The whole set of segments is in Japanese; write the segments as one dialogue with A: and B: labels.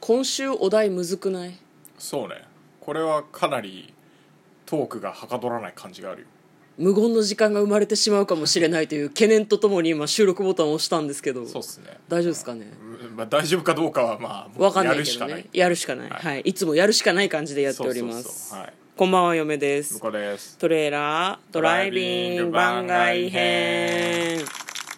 A: 今週お題むずくない
B: そうねこれはかなりトークがはかどらない感じがあるよ
A: 無言の時間が生まれてしまうかもしれないという懸念とともに今収録ボタンを押したんですけど
B: そうっすね、
A: 大丈夫ですかね
B: うんまあ、大丈夫かどうかはまあ
A: わかんな
B: や
A: い
B: る
A: け
B: し
A: ど
B: かない
A: ねやるしかない、
B: はい
A: はい、いつもやるしかない感じでやっております
B: そうそうそうはい
A: こんばんは嫁で
B: 向
A: す
B: こうです
A: トレーラードライビング番外編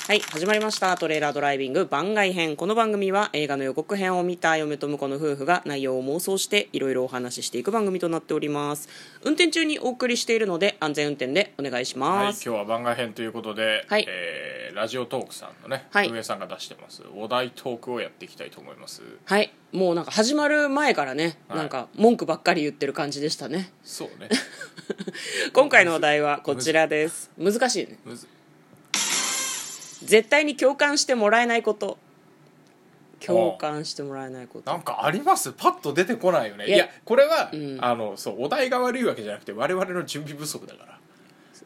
A: はい始まりましたトレーラードライビング番外編この番組は映画の予告編を見た嫁と婿の夫婦が内容を妄想していろいろお話ししていく番組となっております運転中にお送りしているので安全運転でお願いし
B: はい
A: ま
B: 今
A: す
B: 日は番外編ということで、
A: はい
B: えーラジオトークさんのね、
A: はい
B: 運営さんが出してますお題トークをやっていきたいと思います
A: はい、もうなんか始まる前からね、
B: はい
A: なんか文句ばっかり言ってる感じでしたね
B: そうね
A: 今回のお題はこちらです難しいね
B: むず
A: 絶対に共感してもらえないこと共感してもらえないこと
B: なんかありますパッと出てこないよね
A: い
B: い
A: や
B: やこれは、
A: ん
B: あのそうお題が悪いわけじゃなくて我々の準備不足だから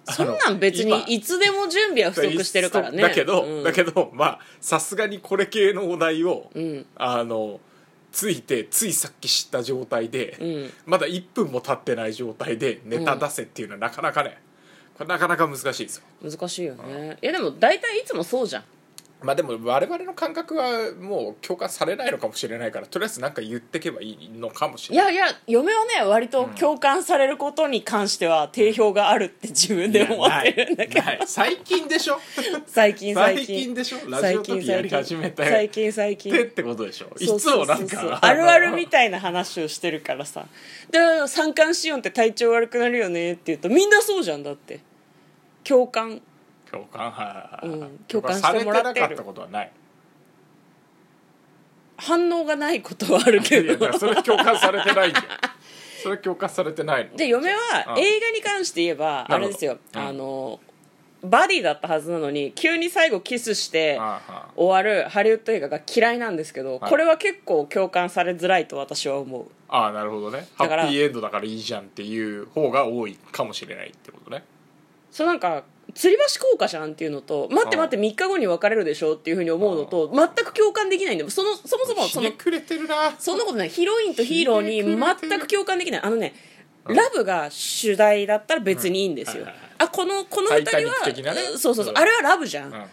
A: そん
B: あ
A: なん
B: の
A: 別に
B: 今
A: いつでも準備は不足してるからね
B: だけど、
A: うん
B: だけどまあさすがにこれ系のお題を、
A: ん
B: あのついてついさっき知った状態で、
A: ん
B: まだ1分も経ってない状態でネタ出せっていうのはなかなかね、これなかなか難しいですよ
A: 難しいよねいやでも大体いつもそうじゃん
B: まあでも我々の感覚はもう共感されないのかもしれないからとりあえずなんか言ってけばいいのかもし
A: い
B: れない
A: やいや嫁はね割と共感されることに関しては定評があるって自分で思ってるんだけど
B: ないない最近で しょ
A: 最近最近
B: 最近でしょラジオ時やり始めた
A: 最近最近
B: でってことでしょい
A: そう
B: つ
A: そ
B: も
A: うそ
B: な
A: うんそう
B: か
A: あるあるみたいな話をしてるからさで三寒四温って体調悪くなるよねって言うとみんなそうじゃんだって共感
B: 共感はい、
A: うん共感してもらってる
B: されなかったことはない
A: 反応がないことはある
B: い
A: け
B: やだ
A: ど
B: からそれ共感されてないじゃんそれ共感されてないの
A: で嫁は
B: うん
A: 映画に関して言えばあ
B: なる
A: れ
B: ほど
A: ですよ、
B: うん
A: あのバディだったはずなのに急に最後キスして
B: ああ
A: 終わるハリウッド映画が嫌いなんですけど、
B: はい
A: これは結構共感されづらいと私は思う
B: ああなるほどねハ
A: だから
B: ッピーエンドだからいいじゃんっていう方が多いかもしれないってことね
A: そうなんか吊り橋効果じゃんっていうのと待って
B: ああ
A: 待って3日後に別れるでしょっていうふうに思うのと全く共感できないんだよそのそもそも
B: ひ
A: その
B: ねくれてるな
A: そんなことないヒロインとヒーローに全く共感できないあのねラブが主題だったら別にいいんですよ、
B: うんはいはい
A: あこのこの
B: タ
A: 2
B: イタニ
A: 人
B: ック的な
A: は、
B: ね
A: そうそうそううんあれはラブじゃん、ラ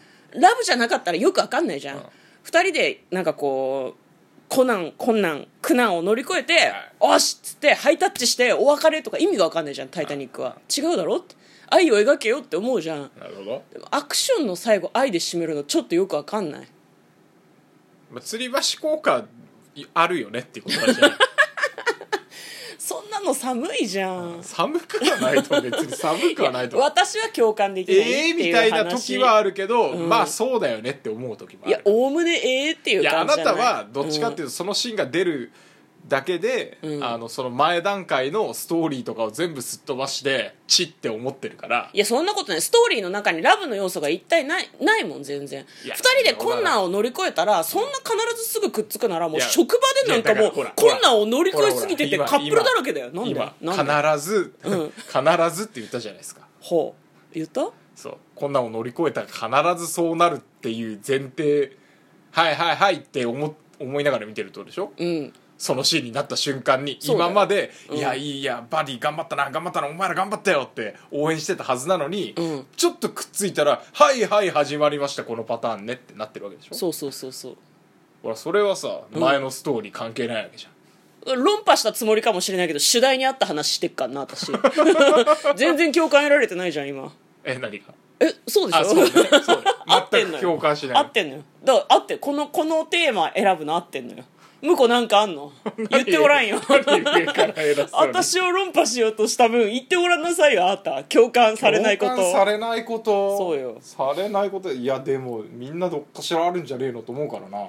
A: ブじゃなかったらよくわかんないじゃん、
B: うん
A: 2人でなんかこうコナン困難苦難を乗り越えて「おし!」っつってハイタッチしてお別れとか意味がわかんないじゃん「タイタニックは」違うだろって愛を描けよって思うじゃん
B: なるほど、
A: でもアクションの最後愛で締めるのちょっとよくわかんない
B: まあ、吊り橋効果いあるよねっていうことだしね
A: そんなの寒いじゃん
B: 寒くはないと別に寒くはないと思う
A: 私は共感できないって
B: ええ
A: い
B: み
A: う話
B: たいな時はあるけど、まあそうだよねって思う時もあ
A: い
B: る
A: やおおむねええってい
B: いうやあ
A: 感じ
B: な
A: じゃ
B: た
A: ない
B: はどっちかっていうとそのシーンが出るだけで、あのその前段階のストーリーとかを全部すっ飛ばしてチって思ってるから
A: いやそんなことないストーリーの中にラブの要素が一体ないないもん全然
B: いや
A: 二人で困難を乗り越えたらそんな必ずすぐくっつくならもう
B: いや
A: 職場でなんかもう
B: いやだからほら
A: 困難を乗り越えすぎてて
B: ほら
A: カ
B: ほ
A: ッ
B: ら
A: プルだらけだよなんで
B: 今
A: なんで
B: 必ず、 必ずって言ったじゃないですか
A: ほう言った
B: そうこんなんを乗り越えたら必ずそうなるっていう前提はいはいはいって思思いながら見てるとでしょ
A: うん
B: そのシーンになった瞬間に
A: そうだよ
B: 今まで、
A: うん
B: いやいいやバディ頑張ったな頑張ったなお前ら頑張ったよって応援してたはずなのに、
A: うん
B: ちょっとくっついたら「はいはい始まりましたこのパターンね」ってなってるわけでしょ
A: そうそうそうそう
B: ほらそれはさ前のストーリー関係ないわけじゃん、
A: 論破したつもりかもしれないけど主題に合った話してっかんな 私全然共感得られてないじゃん今
B: え何が
A: えそうでしょ
B: あそうねそうね
A: 合ってん
B: 全
A: の
B: く
A: よ
B: 共感し
A: 合
B: ない
A: ってんのよだから合ってこのこのテーマ選ぶの合ってんのよ向こうなんかあん の言っておらんよ
B: 何上から偉そうに
A: 私を論破しようとした分言ってごらんなさいよあなた共感されないこと
B: 共感されないこと
A: そうよ
B: されないこといやでもみんなどっかしらあるんじゃねえのと思うからな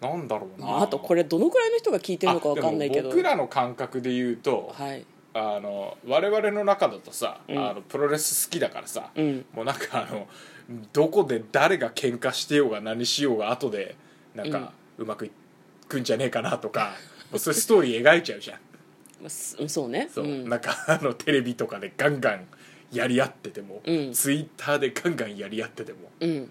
B: なんだろう
A: ま
B: な、
A: あ、あとこれどのくらいの人が聞いてるのかわかんないけ
B: あでも
A: ど
B: 僕らの感覚で言うと
A: はい
B: あの我々の中だとさ、
A: ん
B: あのプロレス好きだからさ、
A: うん
B: もうなんかあのどこで誰が喧嘩してようが何しようが後でなんかうまくいくんじゃねえかなとか、もうそういうストーリー描いちゃ うじゃん
A: まあすうんそうね
B: そう、
A: ん
B: なんかあのテレビとかでガンガンやり合ってても、
A: うん
B: ツイッターでガンガンやり合ってても、
A: うん
B: うん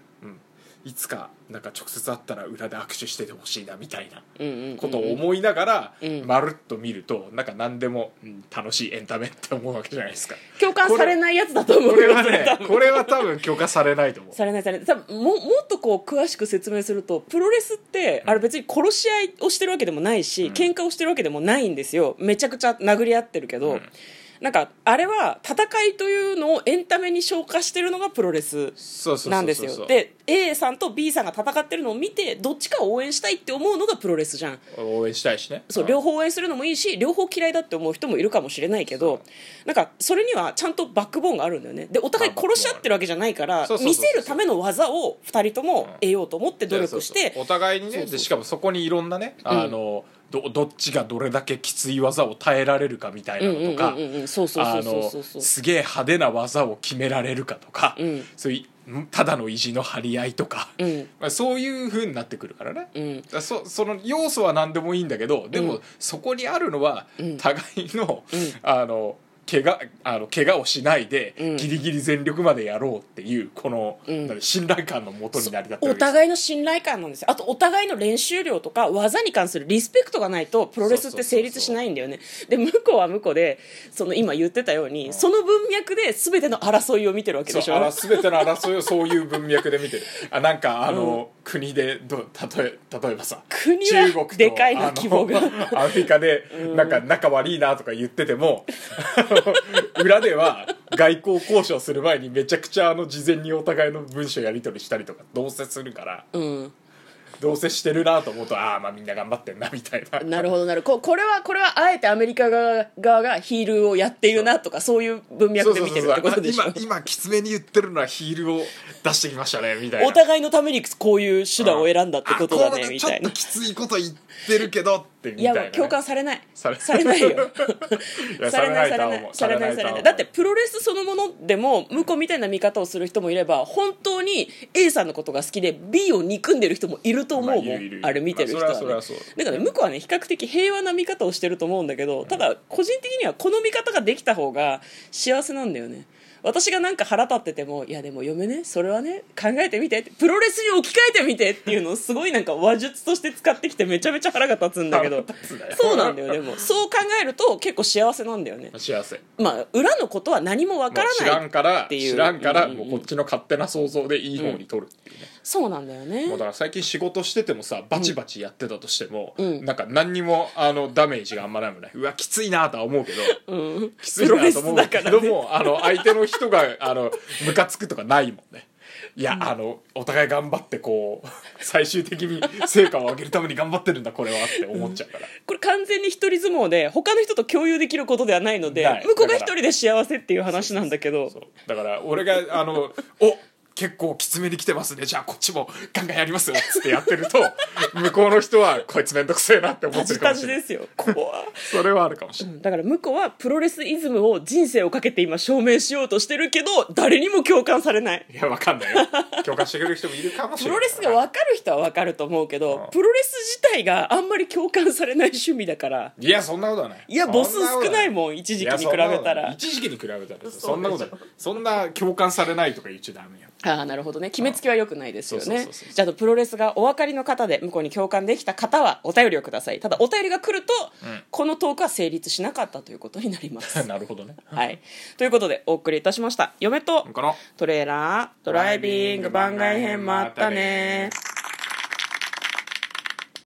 B: いつかなんか直接会ったら裏で握手しててほしいなみたいな
A: うんうんうんうん
B: ことを思いながら
A: うん
B: まるっと見るとなんか何でもうん楽しいエンタメって思うわけじゃない ですか
A: 共感されないやつだと思う
B: これは
A: 絶
B: ね
A: 対
B: これは多分許可されないと思う
A: されないされない多分ももっとこう詳しく説明するとプロレスってあれ別に殺し合いをしてるわけでもないし、喧嘩をしてるわけでもないんですよめちゃくちゃ殴り合ってるけど、
B: うん
A: なんかあれは戦いというのをエンタメに消化してるのがプロレス
B: そうそうそうそう
A: なんですよで A さんと B さんが戦ってるのを見てどっちかを応援したいって思うのがプロレスじゃん
B: 応援したいしね
A: そう両方応援するのもいいし両方嫌いだって思う人もいるかもしれないけどなんかそれにはちゃんとバックボーンがあるんだよねでお互い殺し合ってるわけじゃないから
B: そうそうそう
A: 見
B: そう
A: せるための技を2人とも得ようと思って努力し
B: そうそう
A: て
B: お互いにね
A: そうそう
B: でしかもそこにいろんなねあの、どどっちがどれだけきつい技を耐えられるかみたいなのとか、
A: うんうんうんうんそうそうそ
B: あ
A: うそうそう
B: の
A: そう
B: すげえ派手な技を決められるかとか、
A: うん
B: そういただの意地の張り合いとか、
A: うん
B: まあ、そういう風になってくるからね、
A: うん
B: だそその要素は何でもいいんだけどでも、
A: うん
B: そこにあるのは、
A: うん
B: 互いの,、
A: うん
B: あの怪我あの怪我をしないで、
A: うん
B: ギリギリ全力までやろうっていうこの、
A: うん
B: なんか信頼感のもとに成り立ってる
A: お
B: わけですよ
A: 互いの信頼感なんですよあとお互いの練習量とか技に関するリスペクトがないとプロレスって成立しないんだよねで向こうは向こうでその今言ってたようにその文脈で全ての争いを見てるわけ
B: そ
A: で
B: う
A: しょ
B: あら全ての争いをそういう文脈で見てるあなんかあの、国でど例え例えばさ
A: 国は
B: 中国と
A: でかいな
B: あの
A: 規模が
B: アメリカでなんか仲悪いなとか言ってても あの裏では外交交渉する前にめちゃくちゃあの事前にお互いの文書やり取りしたりとかどうせするから
A: うん
B: どうせしてるなと思うとああまあみんな頑張ってんなみたいな
A: なるほどなるほどここれはこれはあえてアメリカ側側がヒールをやっているなとかそういう文
B: そ
A: 脈
B: う
A: で
B: そ
A: 見
B: うそ
A: て
B: う
A: る
B: そう
A: ってことでしょ
B: あ今今きつめに言ってるのはヒールを出してきましたねみたいな
A: お互いのためにこういう手段を選んだってことだねみたい
B: あこうちょっと
A: な。
B: きついこと言ってるけどってみた
A: い
B: い
A: や
B: なね、
A: もう共感されない
B: され
A: されないよ
B: や
A: されない
B: さ
A: さ
B: れ
A: れ
B: な
A: ないいされな
B: とは思う
A: いされ
B: されないとは思
A: な
B: う
A: いだってプロレスそのものでも向こうみたいな見方をする人もいれば本当に A さんのことが好きで B を憎んでる人もいると思うもん、
B: まあいるいるいる
A: あれ見てる人は、ね
B: まあそれはそれはそ
A: だからね向こうはね比較的平和な見方をしてると思うんだけどただ個人的にはこの見方ができた方が幸せなんだよね私がなんか腹立っててもいやでも嫁ねそれはね考えてみてってプロレスに置き換えてみてっていうのをすごいなんか話術として使ってきてめちゃめちゃ腹が立つんだけど
B: 腹立つね
A: そうなんだよでもそう考えると結構幸せなんだよね
B: 幸せ
A: まあ裏のことは何もわ
B: も
A: か
B: う知
A: ら
B: ら
A: ない
B: んから
A: ていう
B: 知らんから
A: うんうん
B: も
A: う
B: うんこっちの勝手な想像でいい方に取るっていうね、
A: そうなんだよね
B: もうだから最近仕事しててもさバチバチやってたとしても、
A: うん
B: なんか何にもあのダメージがあんまないもんねうわきついなとは思うけど
A: うん
B: きつ
A: プ
B: い
A: ロ
B: な
A: レ
B: と
A: ス
B: 思う
A: だ
B: け
A: から
B: ど
A: ね
B: も、あの相手の人があのムカつくとかないもんねいや、あのお互い頑張ってこう最終的に成果を上げるために頑張ってるんだこれはって思っちゃうから、
A: これ完全に一人相撲で他の人と共有できることではないので
B: ない
A: 向こうが
B: だ
A: 一
B: から
A: 人で幸せっていう話なんだけど
B: そうだから俺があの 「お結構きつめに来てますねじゃあこっちもガンガンやりますよ」っつってやって ると向こうの人は「こいつめんどくせえな」って思
A: タ
B: ってる
A: ジ
B: か
A: タ
B: もし
A: ジ
B: れな
A: で
B: い
A: すよ怖っ
B: それはあるかもしれない。
A: だから向こうはプロレスイズムを人生をかけて今証明しようとしてるけど誰にも共感されない
B: いやわかんない よ共感してくれる人もいるかもし
A: プ
B: れな
A: ロ
B: い
A: レスが分かる人は分かると思うけ
B: うん
A: どプロレス自体があんまり共感されない趣味だから
B: いやそんなことはない
A: いや母数少ない
B: ん
A: もん一時期に比べた
B: いやそんなことない
A: ら
B: 一時期に比べたら
A: 嘘
B: そんなことないそんな共感されないとか言っちゃダメよ
A: ああなるほどね決めつけは良くないですよ
B: そうそう
A: ね
B: そうそう
A: じゃああとプロレスがお分かりの方で向こうに共感できた方はお便りをくださいただお便りが来ると、
B: ん
A: このトークは成立しなかったということに なります
B: なるほどね
A: はいということでお送りいたしました嫁と
B: この
A: トレーラードライビング番外編もあったね